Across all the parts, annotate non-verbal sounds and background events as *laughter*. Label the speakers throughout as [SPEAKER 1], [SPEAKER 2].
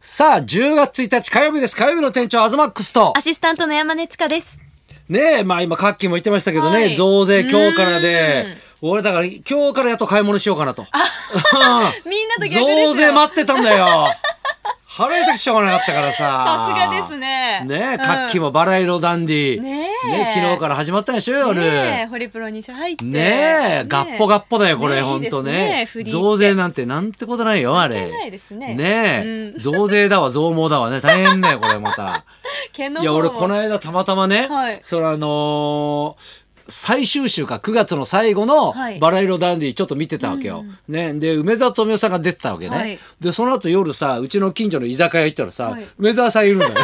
[SPEAKER 1] さあ、10月1日火曜日です。火曜日の店長、アズマックスと
[SPEAKER 2] ア。シスタントの山根千佳です。
[SPEAKER 1] ねえ、まあ今、カッキーも言ってましたけどね、
[SPEAKER 2] はい
[SPEAKER 1] 増税今日からで、俺だから今日からやっと買い物しようかなと。
[SPEAKER 2] みんなと逆ですよ
[SPEAKER 1] 増税待ってたんだよ。払いたくしょうがなかったからさ。
[SPEAKER 2] さすがです
[SPEAKER 1] ね
[SPEAKER 2] ねう
[SPEAKER 1] え、
[SPEAKER 2] ん
[SPEAKER 1] カッキーもバラ色ダンディ。
[SPEAKER 2] ねえ
[SPEAKER 1] ね昨日から始まったでしょ、夜。
[SPEAKER 2] ねえ、
[SPEAKER 1] ね
[SPEAKER 2] ホリプロに入って。
[SPEAKER 1] え、ガッポガッポだよ、これ、
[SPEAKER 2] ねえ
[SPEAKER 1] ほんと
[SPEAKER 2] い
[SPEAKER 1] ね
[SPEAKER 2] いですねフリーって
[SPEAKER 1] 増税なんてなんてことないよ、あ
[SPEAKER 2] 関
[SPEAKER 1] れ。
[SPEAKER 2] 係ないですね
[SPEAKER 1] え、増税だわ、増毛だわね。大変だよ、これま
[SPEAKER 2] *laughs*
[SPEAKER 1] た。
[SPEAKER 2] 毛の
[SPEAKER 1] いや
[SPEAKER 2] 方も
[SPEAKER 1] 俺この間たまたまね、
[SPEAKER 2] はい
[SPEAKER 1] それあのー最終週か9月の最後の
[SPEAKER 2] はい
[SPEAKER 1] 「バラ色ダンディ」ちょっと見てたわけよ。ね、で梅沢富美男さんが出てたわけね。
[SPEAKER 2] はい
[SPEAKER 1] でその後夜さうちの近所の居酒屋行ったらさ、
[SPEAKER 2] はい
[SPEAKER 1] 梅沢さんいるん
[SPEAKER 2] *laughs*
[SPEAKER 1] だよ。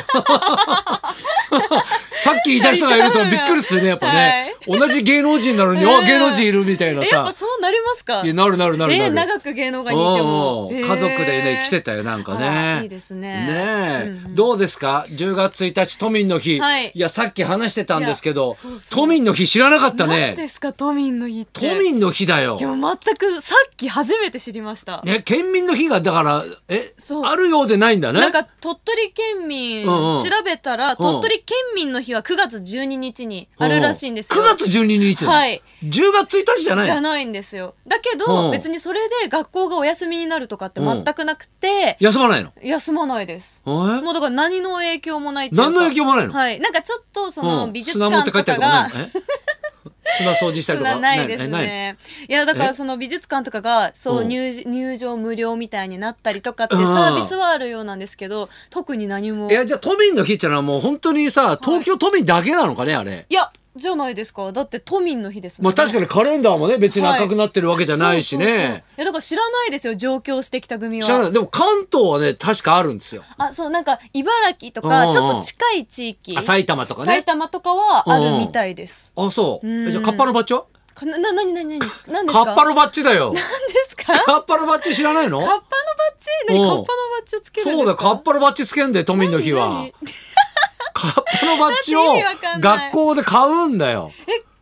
[SPEAKER 1] さっきいた人がいるとびっくりするねやっぱね、同じ芸能人なのに「
[SPEAKER 2] う
[SPEAKER 1] あ
[SPEAKER 2] ん
[SPEAKER 1] 芸能人いる」みたいな
[SPEAKER 2] えやっ
[SPEAKER 1] さ
[SPEAKER 2] ぱ。そうなりますか
[SPEAKER 1] いやなるなるなるなる。
[SPEAKER 2] え長く芸能界にいても
[SPEAKER 1] おうおう
[SPEAKER 2] へえ
[SPEAKER 1] 家族でね来てたよなんか
[SPEAKER 2] あ
[SPEAKER 1] ね
[SPEAKER 2] らいいですね
[SPEAKER 1] ねえどうですか10月1日都民の日、
[SPEAKER 2] はい
[SPEAKER 1] やさっき話してたんですけ
[SPEAKER 2] い
[SPEAKER 1] ど
[SPEAKER 2] やそうそう
[SPEAKER 1] 都民の日知らなかった
[SPEAKER 2] 何
[SPEAKER 1] ね
[SPEAKER 2] ですか都民の日って
[SPEAKER 1] 都民の日だよ
[SPEAKER 2] いや全くさっき初めて知りました
[SPEAKER 1] ね県民の日がだからえ
[SPEAKER 2] そう
[SPEAKER 1] あるようでないんだね
[SPEAKER 2] なんか鳥取県民
[SPEAKER 1] うんうん
[SPEAKER 2] 調べたら鳥取県民の日は9月12日にあるらしいんですよ
[SPEAKER 1] 9月12日だ、
[SPEAKER 2] はい
[SPEAKER 1] 10月1日じゃない
[SPEAKER 2] じゃないんですよだけ
[SPEAKER 1] う
[SPEAKER 2] ど
[SPEAKER 1] ん
[SPEAKER 2] 別にそれで学校がお休みになるとかって全くなくて
[SPEAKER 1] 休まないの
[SPEAKER 2] 休まないです
[SPEAKER 1] え
[SPEAKER 2] もうだから何の影響もないっていうか
[SPEAKER 1] 何の影響もないの
[SPEAKER 2] はいなんかちょっとその
[SPEAKER 1] うん
[SPEAKER 2] 美術
[SPEAKER 1] 砂持っ
[SPEAKER 2] 館
[SPEAKER 1] て帰
[SPEAKER 2] と
[SPEAKER 1] った
[SPEAKER 2] か
[SPEAKER 1] りとか
[SPEAKER 2] が
[SPEAKER 1] ないのえ
[SPEAKER 2] *laughs*
[SPEAKER 1] 砂掃除したりとか
[SPEAKER 2] 砂ないで
[SPEAKER 1] な
[SPEAKER 2] す
[SPEAKER 1] いない
[SPEAKER 2] ねいやだか
[SPEAKER 1] え
[SPEAKER 2] らその美術館とかがそううん入入場無料みたいになったりとかって
[SPEAKER 1] うん
[SPEAKER 2] サービスはあるようなんですけど特に何も
[SPEAKER 1] いやじゃあ都民の日ってのはもう本当にさ東京都民だけなのかねあれ
[SPEAKER 2] いやじゃないですかだって都民の日ですも
[SPEAKER 1] ま
[SPEAKER 2] ん
[SPEAKER 1] あ確かにカレンダーもね別に赤くなってるわけじゃないし
[SPEAKER 2] そうそうそうい
[SPEAKER 1] ね。
[SPEAKER 2] やだから知らないですよ上京してきた組は
[SPEAKER 1] 知らないでも関東はね確かあるんですよ。
[SPEAKER 2] あそうなんか茨城と
[SPEAKER 1] うんう
[SPEAKER 2] か
[SPEAKER 1] ん
[SPEAKER 2] ちょっと近い地域、
[SPEAKER 1] あ埼玉とか
[SPEAKER 2] 埼
[SPEAKER 1] ね。
[SPEAKER 2] 玉とかはあるみたいです、
[SPEAKER 1] あそう。
[SPEAKER 2] うん
[SPEAKER 1] えじゃあカッパのバッチは？
[SPEAKER 2] かなななになになに何です
[SPEAKER 1] カ
[SPEAKER 2] か
[SPEAKER 1] ッパのバッチだよ。
[SPEAKER 2] 何ですかカッパ
[SPEAKER 1] カッパのバッチ知らないの？
[SPEAKER 2] のバッジ何
[SPEAKER 1] うん
[SPEAKER 2] カッパのバッジをつけるんですか
[SPEAKER 1] そうだカッパのバッチつけんで都民の日は
[SPEAKER 2] 何。何
[SPEAKER 1] カッパのバッチを
[SPEAKER 2] だって意味わかんない
[SPEAKER 1] 学校で買うんだよ。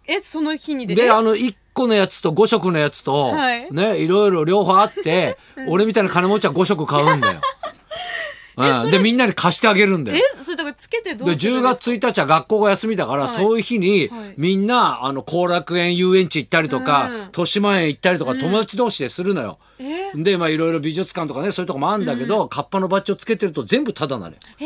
[SPEAKER 2] ええその日にで
[SPEAKER 1] で
[SPEAKER 2] え
[SPEAKER 1] あの1個のやつと5色のやつと、
[SPEAKER 2] はい
[SPEAKER 1] ねいろいろ両方あって、俺みたいな金持ちは5色買うん
[SPEAKER 2] *laughs*
[SPEAKER 1] だよ。うん、でみんなに貸してあげるんだよ。
[SPEAKER 2] えそれだからつけてど
[SPEAKER 1] で
[SPEAKER 2] うする
[SPEAKER 1] 10
[SPEAKER 2] んですか
[SPEAKER 1] 月1日は学校が休みだから、
[SPEAKER 2] はい
[SPEAKER 1] そういう日に、
[SPEAKER 2] はい
[SPEAKER 1] みんなあの後楽園遊園地行ったりとか、
[SPEAKER 2] うん
[SPEAKER 1] 豊島園行ったりとか、友達同士でするのよ。
[SPEAKER 2] え
[SPEAKER 1] でまあいろいろ美術館とかねそういうとこもあるんだけど、カッパのバッジをつけてると全部タダなのよ。
[SPEAKER 2] え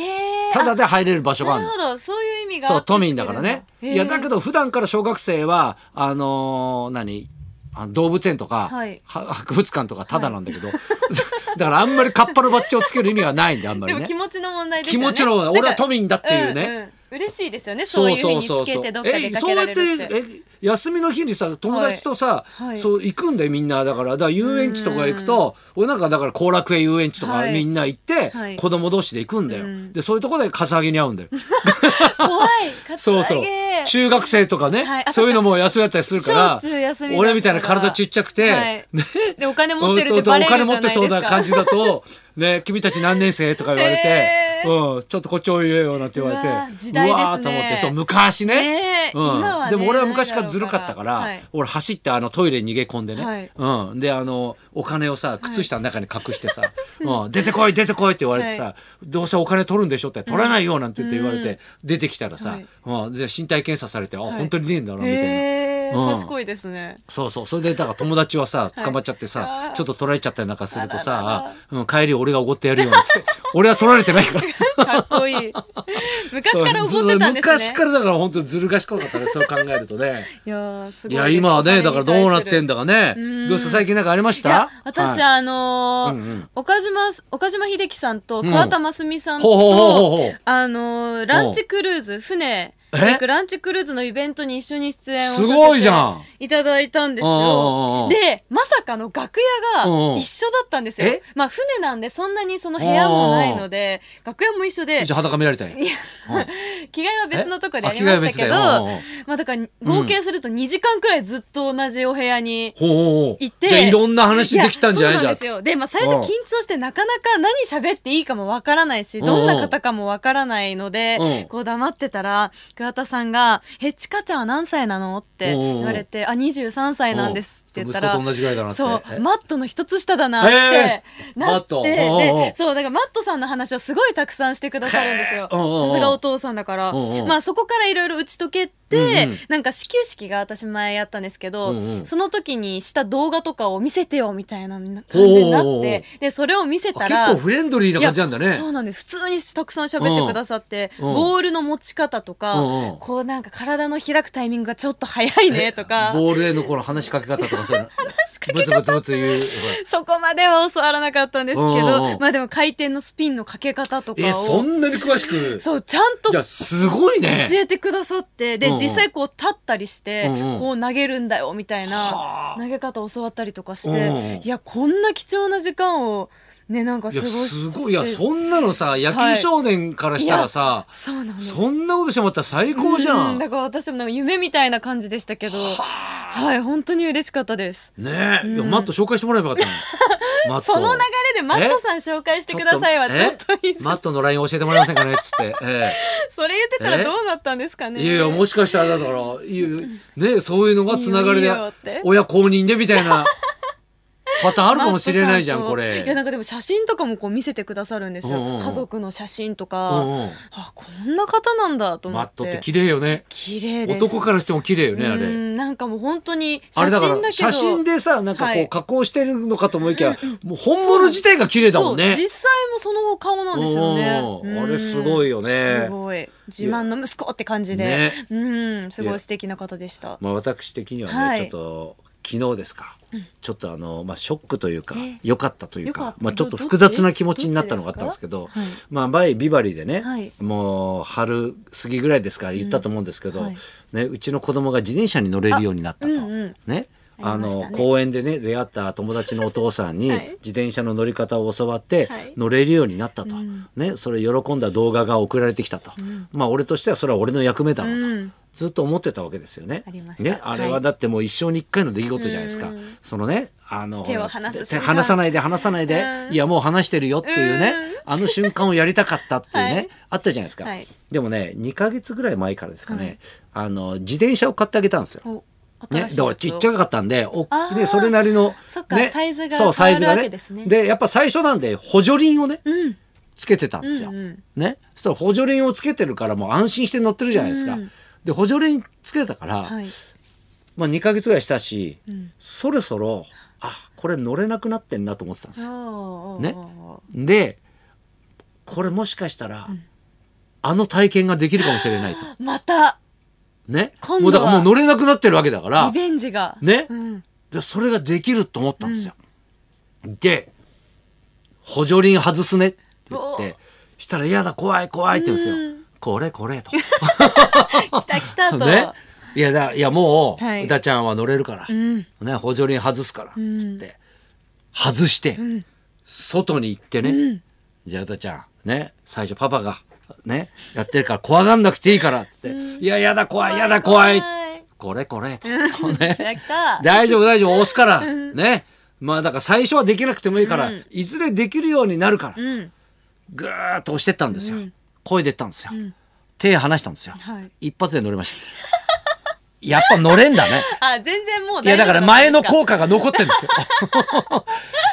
[SPEAKER 2] ー、
[SPEAKER 1] タダで入れる場所があ
[SPEAKER 2] な
[SPEAKER 1] る
[SPEAKER 2] る
[SPEAKER 1] の
[SPEAKER 2] ほ。どそういう意味が
[SPEAKER 1] そう都民だからね。いやだけ
[SPEAKER 2] ど
[SPEAKER 1] ど普段から小学生はあのー何あの動物園とか、
[SPEAKER 2] はい
[SPEAKER 1] は博物館とかタダなんだけど、 *laughs* だからあんまりカッパのバッジをつける意味がないんであんまり
[SPEAKER 2] で
[SPEAKER 1] ね。
[SPEAKER 2] も気持ちの問題ですよね
[SPEAKER 1] 気持ちの問題俺は都民だっていうね
[SPEAKER 2] なんかんん嬉しいですよねそういう日につけてどっか出かけられるって
[SPEAKER 1] えそうやってえ休みの日にさ友達とさ、
[SPEAKER 2] いはい
[SPEAKER 1] そう行くんだよみんなだからだから遊園地とか行くと俺なんかだから後楽園遊園地とか
[SPEAKER 2] はい
[SPEAKER 1] みんな行って、
[SPEAKER 2] はい
[SPEAKER 1] 子供同士で行くんだよ、
[SPEAKER 2] うん
[SPEAKER 1] でそういうとこでカツアゲに会うんだよ
[SPEAKER 2] 怖いカツ
[SPEAKER 1] そう
[SPEAKER 2] *laughs*
[SPEAKER 1] そ
[SPEAKER 2] ア
[SPEAKER 1] う
[SPEAKER 2] ゲ
[SPEAKER 1] 中学生とかね、
[SPEAKER 2] はいあ
[SPEAKER 1] そういうのも休みだったりするから
[SPEAKER 2] 小中休みだったら
[SPEAKER 1] 俺みたいな体ちっちゃくて、
[SPEAKER 2] はい
[SPEAKER 1] ね
[SPEAKER 2] でお金持
[SPEAKER 1] お
[SPEAKER 2] ってるってバレるじゃな
[SPEAKER 1] お金持っ
[SPEAKER 2] いですか
[SPEAKER 1] てそうな感じだと「ね君たち何年生?」とか言
[SPEAKER 2] *laughs*
[SPEAKER 1] われて、
[SPEAKER 2] へ
[SPEAKER 1] うん「ちょっとこっちおいでよ」なんて言われて
[SPEAKER 2] うわー時代ですね
[SPEAKER 1] うわーと思ってそう昔ね
[SPEAKER 2] ねえ今はね
[SPEAKER 1] でも俺は昔からずるかったから、
[SPEAKER 2] ないだろうからはい
[SPEAKER 1] 俺走ってあのトイレに逃げ込んでね、
[SPEAKER 2] はい
[SPEAKER 1] うん、であのお金をさ靴下の中に隠して
[SPEAKER 2] *laughs*
[SPEAKER 1] さ「うん、出てこい出てこい」って言われてさ、
[SPEAKER 2] は
[SPEAKER 1] どうせお金取るんでしょ」って「取らないよ」なんて言って言われて出てきたらさ、
[SPEAKER 2] はい
[SPEAKER 1] うん、で身体検査されて「あ、
[SPEAKER 2] い
[SPEAKER 1] 本当にねえんだな」みたいな。
[SPEAKER 2] え
[SPEAKER 1] うん
[SPEAKER 2] ー、賢いですね *laughs*
[SPEAKER 1] そうそう。それで、だから友達はさ、捕まっちゃってさ、
[SPEAKER 2] あー
[SPEAKER 1] ちょっと取られちゃったりなんかすると
[SPEAKER 2] あらら
[SPEAKER 1] さ、うん、帰り俺がおごってやるよ、つって。 *laughs* 俺は取られてないから。
[SPEAKER 2] かっこいい昔から怒ってたんですね
[SPEAKER 1] そう昔からだから本当にずる賢かったね、そう考えると
[SPEAKER 2] *laughs*
[SPEAKER 1] ね。
[SPEAKER 2] いやーす
[SPEAKER 1] い
[SPEAKER 2] ごい
[SPEAKER 1] や、今はね、だからどうなってん
[SPEAKER 2] だ
[SPEAKER 1] だかね。
[SPEAKER 2] うん
[SPEAKER 1] どうして最近なんかありまし
[SPEAKER 2] いや
[SPEAKER 1] た
[SPEAKER 2] 私、
[SPEAKER 1] はい
[SPEAKER 2] あのー
[SPEAKER 1] うんうん
[SPEAKER 2] 岡島岡島秀樹さんと桑田真澄さん
[SPEAKER 1] ほうほうほうほう
[SPEAKER 2] と、
[SPEAKER 1] ほう
[SPEAKER 2] あのーランチクルーズ船で行くランチクルーズのイベントに一緒に出演をさせ
[SPEAKER 1] すごいじゃん
[SPEAKER 2] ていただいたんです
[SPEAKER 1] うんうんうんうん
[SPEAKER 2] よでまさかの楽屋
[SPEAKER 1] うんうん
[SPEAKER 2] が一緒だったんですよ
[SPEAKER 1] え
[SPEAKER 2] まあ船なんでそんなにその部屋もないので楽屋も一緒で
[SPEAKER 1] じゃあ裸見られたい。
[SPEAKER 2] いや着替えは別のとこでやりましたけ
[SPEAKER 1] え
[SPEAKER 2] ど
[SPEAKER 1] あ着替えは別だよ
[SPEAKER 2] まあだから合計すると2時間くらいずっと同じお部屋に
[SPEAKER 1] ほうほうほう
[SPEAKER 2] 行って
[SPEAKER 1] じゃあいろんな話できたんじゃないじゃ
[SPEAKER 2] やそうなんんですよで、まあ、最初
[SPEAKER 1] うん
[SPEAKER 2] 緊張してなかなか何喋っていいかもわからないし
[SPEAKER 1] うん
[SPEAKER 2] どんな方かもわからないので、
[SPEAKER 1] うん
[SPEAKER 2] こう黙ってたら桑田さんが「えちかちゃんは何歳なの?」って言われて「あ23歳なんです」って言った
[SPEAKER 1] 息
[SPEAKER 2] ら
[SPEAKER 1] 子と同じぐらいだなって
[SPEAKER 2] そう
[SPEAKER 1] え
[SPEAKER 2] マットの一つ下だなって、
[SPEAKER 1] えー
[SPEAKER 2] な
[SPEAKER 1] マッ
[SPEAKER 2] って
[SPEAKER 1] トおうおうお
[SPEAKER 2] で
[SPEAKER 1] う
[SPEAKER 2] そうだからマットさんの話をすごいたくさんしてくださるんですよ
[SPEAKER 1] へーおうおうおう
[SPEAKER 2] さすがお父さんだから
[SPEAKER 1] おうおう
[SPEAKER 2] まあそこからいろいろ打ち解け
[SPEAKER 1] う
[SPEAKER 2] て、
[SPEAKER 1] んうん
[SPEAKER 2] なんか始球式が私前やったんですけど、
[SPEAKER 1] うんうん
[SPEAKER 2] その時にした動画とかを見せてよみたいな感じになって
[SPEAKER 1] おうおうおう
[SPEAKER 2] でそれを見せ
[SPEAKER 1] あ
[SPEAKER 2] た
[SPEAKER 1] 結
[SPEAKER 2] ら
[SPEAKER 1] 構フレンドリーない
[SPEAKER 2] や
[SPEAKER 1] 感じなんだね
[SPEAKER 2] そうなんです普通にたくさん喋ってくださって、
[SPEAKER 1] うんうん
[SPEAKER 2] ボールの持ち方とか、
[SPEAKER 1] うんうん
[SPEAKER 2] こうなんか体の開くタイミングがちょっと早いねとか
[SPEAKER 1] ボールへのこの話しかけ方とかそういうの
[SPEAKER 2] *laughs* 話しかけ
[SPEAKER 1] ブツブツブツ言う
[SPEAKER 2] *laughs* そこまでは教わらなかったんですけ
[SPEAKER 1] うんうんう
[SPEAKER 2] ど
[SPEAKER 1] ん
[SPEAKER 2] まあでも回転のスピンのかけ方とかを
[SPEAKER 1] えそんなに詳しく
[SPEAKER 2] そうちゃんと
[SPEAKER 1] いやすごいね
[SPEAKER 2] 教えてくださってで
[SPEAKER 1] うんうん
[SPEAKER 2] 実際こう立ったりして
[SPEAKER 1] うんうん
[SPEAKER 2] こう投げるんだよみたい
[SPEAKER 1] は
[SPEAKER 2] な
[SPEAKER 1] あ
[SPEAKER 2] 投げ方教わったりとかし
[SPEAKER 1] うんうん
[SPEAKER 2] ていやこんな貴重な時間をねなんか
[SPEAKER 1] い
[SPEAKER 2] 過
[SPEAKER 1] や
[SPEAKER 2] ご
[SPEAKER 1] す
[SPEAKER 2] して
[SPEAKER 1] ごいいやそんなのさ野球少年からしたらさ、
[SPEAKER 2] そうなんです
[SPEAKER 1] そんなことしてもらったら最高じゃ
[SPEAKER 2] うんだ
[SPEAKER 1] ね
[SPEAKER 2] から私もなんか夢みたいな感じでしたけどはい本当に嬉しかったです
[SPEAKER 1] え、いやマット紹介してもらえばよかった
[SPEAKER 2] *laughs*
[SPEAKER 1] のマット
[SPEAKER 2] その流れでマットさん紹介してくださいはちょっといい
[SPEAKER 1] え
[SPEAKER 2] です
[SPEAKER 1] マットの LINE 教えてもらえませんかねっつって、
[SPEAKER 2] *laughs*
[SPEAKER 1] え
[SPEAKER 2] それ言ってたらどうなったんですか
[SPEAKER 1] え
[SPEAKER 2] ね。
[SPEAKER 1] いやいやもしかしたらだからいうねそういうのがつながり
[SPEAKER 2] いい
[SPEAKER 1] で
[SPEAKER 2] よいいよって
[SPEAKER 1] 親公認でみたいなパターンあるかもしれないじゃん
[SPEAKER 2] マッ
[SPEAKER 1] こ
[SPEAKER 2] トさといや
[SPEAKER 1] れ。
[SPEAKER 2] なんかでも写真とかもこう見せてくださるんです
[SPEAKER 1] うんうんう
[SPEAKER 2] よ。
[SPEAKER 1] ん
[SPEAKER 2] 家族の写真と
[SPEAKER 1] う
[SPEAKER 2] か。
[SPEAKER 1] んうん
[SPEAKER 2] あこんな方なんだと思
[SPEAKER 1] マ
[SPEAKER 2] っ
[SPEAKER 1] ッ
[SPEAKER 2] て。
[SPEAKER 1] トって綺麗よね
[SPEAKER 2] 綺麗です。
[SPEAKER 1] 男からしても綺麗よねあ
[SPEAKER 2] う
[SPEAKER 1] れ。
[SPEAKER 2] んなんかもう本当に
[SPEAKER 1] あ
[SPEAKER 2] 写
[SPEAKER 1] れだ
[SPEAKER 2] 真だ
[SPEAKER 1] か
[SPEAKER 2] けど。
[SPEAKER 1] ら写真でさなんか
[SPEAKER 2] は
[SPEAKER 1] こう
[SPEAKER 2] い
[SPEAKER 1] 加工してるのかと思いきや、もう本物自体が綺麗だもんね
[SPEAKER 2] そう実際もその顔なんですよね
[SPEAKER 1] お。ー
[SPEAKER 2] うん
[SPEAKER 1] あれすごいよね
[SPEAKER 2] すごい自慢の息子って感じで、
[SPEAKER 1] ね
[SPEAKER 2] うんすごい素敵な方でした。
[SPEAKER 1] まあ私的にはね、
[SPEAKER 2] はい
[SPEAKER 1] ちょっと昨日ですか、ちょっとあの、まあ、ショックというか
[SPEAKER 2] え
[SPEAKER 1] 良かったという
[SPEAKER 2] よか
[SPEAKER 1] か
[SPEAKER 2] った
[SPEAKER 1] まあ、ちょっと
[SPEAKER 2] ど
[SPEAKER 1] 複雑な気持ちになったのがあ
[SPEAKER 2] ど
[SPEAKER 1] ったんですけど
[SPEAKER 2] どっちです
[SPEAKER 1] まあ、前ビバリーでね、
[SPEAKER 2] はい
[SPEAKER 1] もう春過ぎぐらいですから言ったと思うんですけど、
[SPEAKER 2] うんはい
[SPEAKER 1] ね、うちの子供が自転車に乗れるようになったと。
[SPEAKER 2] あうんうん
[SPEAKER 1] ねあ
[SPEAKER 2] ありました
[SPEAKER 1] の
[SPEAKER 2] ね
[SPEAKER 1] 公園でね出会った友達のお父さんに
[SPEAKER 2] はい
[SPEAKER 1] 自転車の乗り方を教わって
[SPEAKER 2] はい
[SPEAKER 1] 乗れるようになったと、ね、それ喜んだ動画が送られてきたと、まあ俺としてはそれは俺の役目だろうと、
[SPEAKER 2] うん
[SPEAKER 1] ずっと思ってたわけですよね。
[SPEAKER 2] ありました
[SPEAKER 1] ね、あれは
[SPEAKER 2] はい
[SPEAKER 1] だってもう一生に一回の出来事じゃないですか、
[SPEAKER 2] うん
[SPEAKER 1] そのねあの
[SPEAKER 2] 手
[SPEAKER 1] ほ
[SPEAKER 2] を
[SPEAKER 1] ら
[SPEAKER 2] 離す
[SPEAKER 1] 手
[SPEAKER 2] 瞬間
[SPEAKER 1] 離さないで離さないで、
[SPEAKER 2] うん
[SPEAKER 1] いやもう離してるよっていうね、あの瞬間をやりたかったっていうね、
[SPEAKER 2] はい
[SPEAKER 1] あったじゃないですか、
[SPEAKER 2] はい
[SPEAKER 1] でもね2ヶ月ぐらい前からですかね、あの自転車を買ってあげたんですよ。
[SPEAKER 2] お
[SPEAKER 1] ね、
[SPEAKER 2] 新しい
[SPEAKER 1] だからちっちゃかったんで、お
[SPEAKER 2] あー
[SPEAKER 1] ね、それなりの、
[SPEAKER 2] そっか
[SPEAKER 1] ね、
[SPEAKER 2] サイズが
[SPEAKER 1] そう、サイズが
[SPEAKER 2] 変わる
[SPEAKER 1] ね。
[SPEAKER 2] わけですね
[SPEAKER 1] やっぱ最初なんで、補助輪をね、
[SPEAKER 2] うん
[SPEAKER 1] つけてたんですよ。
[SPEAKER 2] うんうん
[SPEAKER 1] ね。そしたら補助輪をつけてるから、もう安心して乗ってるじゃないですか。
[SPEAKER 2] うん
[SPEAKER 1] で、補助輪つけたから、
[SPEAKER 2] はい。
[SPEAKER 1] まあ2ヶ月ぐらいしたし、
[SPEAKER 2] ん
[SPEAKER 1] そろそろ、あ、これ乗れなくなってんなと思ってたんですよ。
[SPEAKER 2] おー
[SPEAKER 1] ね
[SPEAKER 2] お
[SPEAKER 1] で、これもしかしたら、あの体験ができるかもしれないと。
[SPEAKER 2] ーまた
[SPEAKER 1] ね。
[SPEAKER 2] 今度
[SPEAKER 1] もうだからも
[SPEAKER 2] は
[SPEAKER 1] う乗れなくなってるわけだから
[SPEAKER 2] リ、ベンジが。
[SPEAKER 1] ね
[SPEAKER 2] うん
[SPEAKER 1] でそれができると思ったんですよ。で補助輪外すねって言ってしたら「嫌だ怖い怖い」って言うんですよ。
[SPEAKER 2] うん
[SPEAKER 1] これこれと。
[SPEAKER 2] 来た来たと。
[SPEAKER 1] *laughs* ね。いやだいやもう、
[SPEAKER 2] はいう
[SPEAKER 1] たちゃんは乗れるから、
[SPEAKER 2] ん
[SPEAKER 1] ね、補助輪外すからっつって、外して、外に行ってね、じゃあうたちゃんね最初パパがねやってるから怖がんなくていいからっつって「いややだ怖いやだ怖い」これこれと。ね
[SPEAKER 2] 来た来た。
[SPEAKER 1] 大丈夫大丈夫押すからねまあだから最初はできなくてもいいから、いずれできるようになるから、
[SPEAKER 2] うん。
[SPEAKER 1] ぐーっと押してったんですよ、声出たんですよ、手離したんですよ、
[SPEAKER 2] はい
[SPEAKER 1] 一発で乗れました *laughs* やっぱ乗れんだ
[SPEAKER 2] *laughs*
[SPEAKER 1] ね
[SPEAKER 2] あ、全然もう
[SPEAKER 1] いや
[SPEAKER 2] 大丈
[SPEAKER 1] だ
[SPEAKER 2] 夫
[SPEAKER 1] から前の
[SPEAKER 2] こ
[SPEAKER 1] 効果が残ってるん
[SPEAKER 2] *laughs*
[SPEAKER 1] ですよ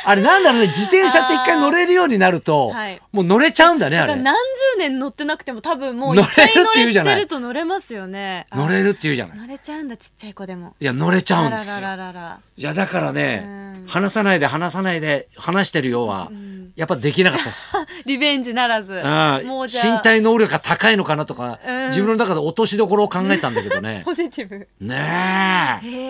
[SPEAKER 1] あれなんだろうね自転車って一回乗れるようになると、
[SPEAKER 2] あーはい
[SPEAKER 1] もう乗れちゃうんだねあ
[SPEAKER 2] だから
[SPEAKER 1] れ
[SPEAKER 2] 何十年乗ってなくても多分もう一回
[SPEAKER 1] 乗れるって
[SPEAKER 2] 乗
[SPEAKER 1] 言う
[SPEAKER 2] れ
[SPEAKER 1] じゃない
[SPEAKER 2] てると乗れますよね。あ
[SPEAKER 1] 乗れるっていうじゃない
[SPEAKER 2] 乗れちゃうんだちっちゃい子でも。
[SPEAKER 1] いや乗れちゃう
[SPEAKER 2] あ
[SPEAKER 1] んで
[SPEAKER 2] ら
[SPEAKER 1] すよ
[SPEAKER 2] らららら。
[SPEAKER 1] いやだからね、
[SPEAKER 2] うん
[SPEAKER 1] 話さないで話さないで話してるようは、やっぱできなかったです
[SPEAKER 2] *laughs* リベンジならず。
[SPEAKER 1] ああ
[SPEAKER 2] もうじゃあ
[SPEAKER 1] 身体能力が高いのかなとか、
[SPEAKER 2] うん
[SPEAKER 1] 自分の中で落としどころを考えたんだけどね。
[SPEAKER 2] ポジティブ。
[SPEAKER 1] ねえ。
[SPEAKER 2] へ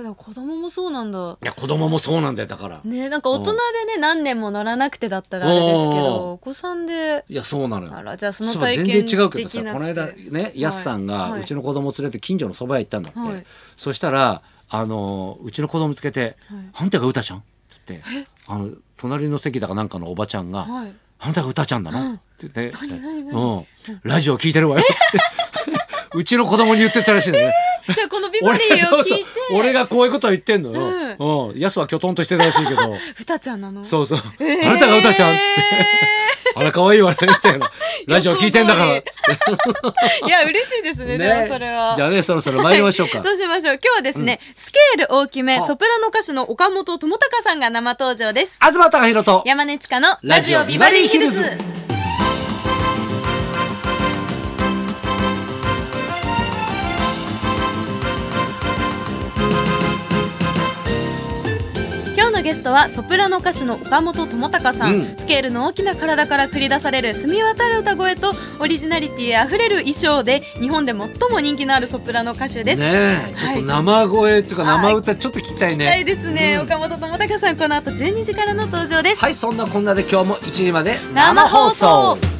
[SPEAKER 2] え。でも子供もそうなんだ。
[SPEAKER 1] いや子供もそうなんだよだから。
[SPEAKER 2] ね、なんか大人でね何年も乗らなくてだったらあれですけ
[SPEAKER 1] おー
[SPEAKER 2] ど、お子さんで。
[SPEAKER 1] いやそうなのよ。
[SPEAKER 2] あらじゃあその
[SPEAKER 1] そう
[SPEAKER 2] 体験
[SPEAKER 1] 全然違うけどさ
[SPEAKER 2] できな
[SPEAKER 1] こ
[SPEAKER 2] く
[SPEAKER 1] の
[SPEAKER 2] て
[SPEAKER 1] 間ね
[SPEAKER 2] はい
[SPEAKER 1] やすさんが
[SPEAKER 2] はいう
[SPEAKER 1] ちの子供連れて近所の蕎麦屋行ったんだって、
[SPEAKER 2] はい
[SPEAKER 1] そしたらあのうちの子供つけて「あんたが歌ちゃん?」って言ってあの隣の席だかなんかのおばちゃんが「
[SPEAKER 2] はい
[SPEAKER 1] あんたが歌ちゃんなの?」って言って「
[SPEAKER 2] 何
[SPEAKER 1] うん、ラジオ聞いてるわよ」って
[SPEAKER 2] *laughs*
[SPEAKER 1] うちの子供に言ってたらしいのね。
[SPEAKER 2] じゃあこのビバリ
[SPEAKER 1] 俺
[SPEAKER 2] ー
[SPEAKER 1] そ
[SPEAKER 2] を
[SPEAKER 1] うそ
[SPEAKER 2] 聞
[SPEAKER 1] う
[SPEAKER 2] いて。
[SPEAKER 1] 俺がこういうことを言ってんのよ。うん。やすはきょとんとしてたらしいけ
[SPEAKER 2] *laughs*
[SPEAKER 1] ど。
[SPEAKER 2] ふたちゃんなの。
[SPEAKER 1] そうそう。あ
[SPEAKER 2] えー *laughs*
[SPEAKER 1] なたが歌ちゃんっつって。あら、可愛いわね、みたいな。ラジオ聞いてんだから。
[SPEAKER 2] いや、嬉しいで
[SPEAKER 1] *laughs*
[SPEAKER 2] すね、でもそれは。
[SPEAKER 1] じゃあね、そろそろ参りましょうか。
[SPEAKER 2] どうしましょう。今日はですね、スケール大きめ、ソプラノ歌手の岡本智隆さんが生登場です。
[SPEAKER 1] 東隆弘と、
[SPEAKER 2] 山根千佳のラジオビバリーヒルズ。今日のゲストはソプラノ歌手の岡本智隆さん、
[SPEAKER 1] うん
[SPEAKER 2] スケールの大きな体から繰り出される澄み渡る歌声とオリジナリティあふれる衣装で日本で最も人気のあるソプラノ歌手です。
[SPEAKER 1] ねえ、ちょっと生声っていうか生歌ちょっと聞きたい
[SPEAKER 2] 期待
[SPEAKER 1] ね。
[SPEAKER 2] ですね、岡本智隆さんこの後12時からの登場です、
[SPEAKER 1] はい、そんなこんなで今日も1時まで
[SPEAKER 2] 生放送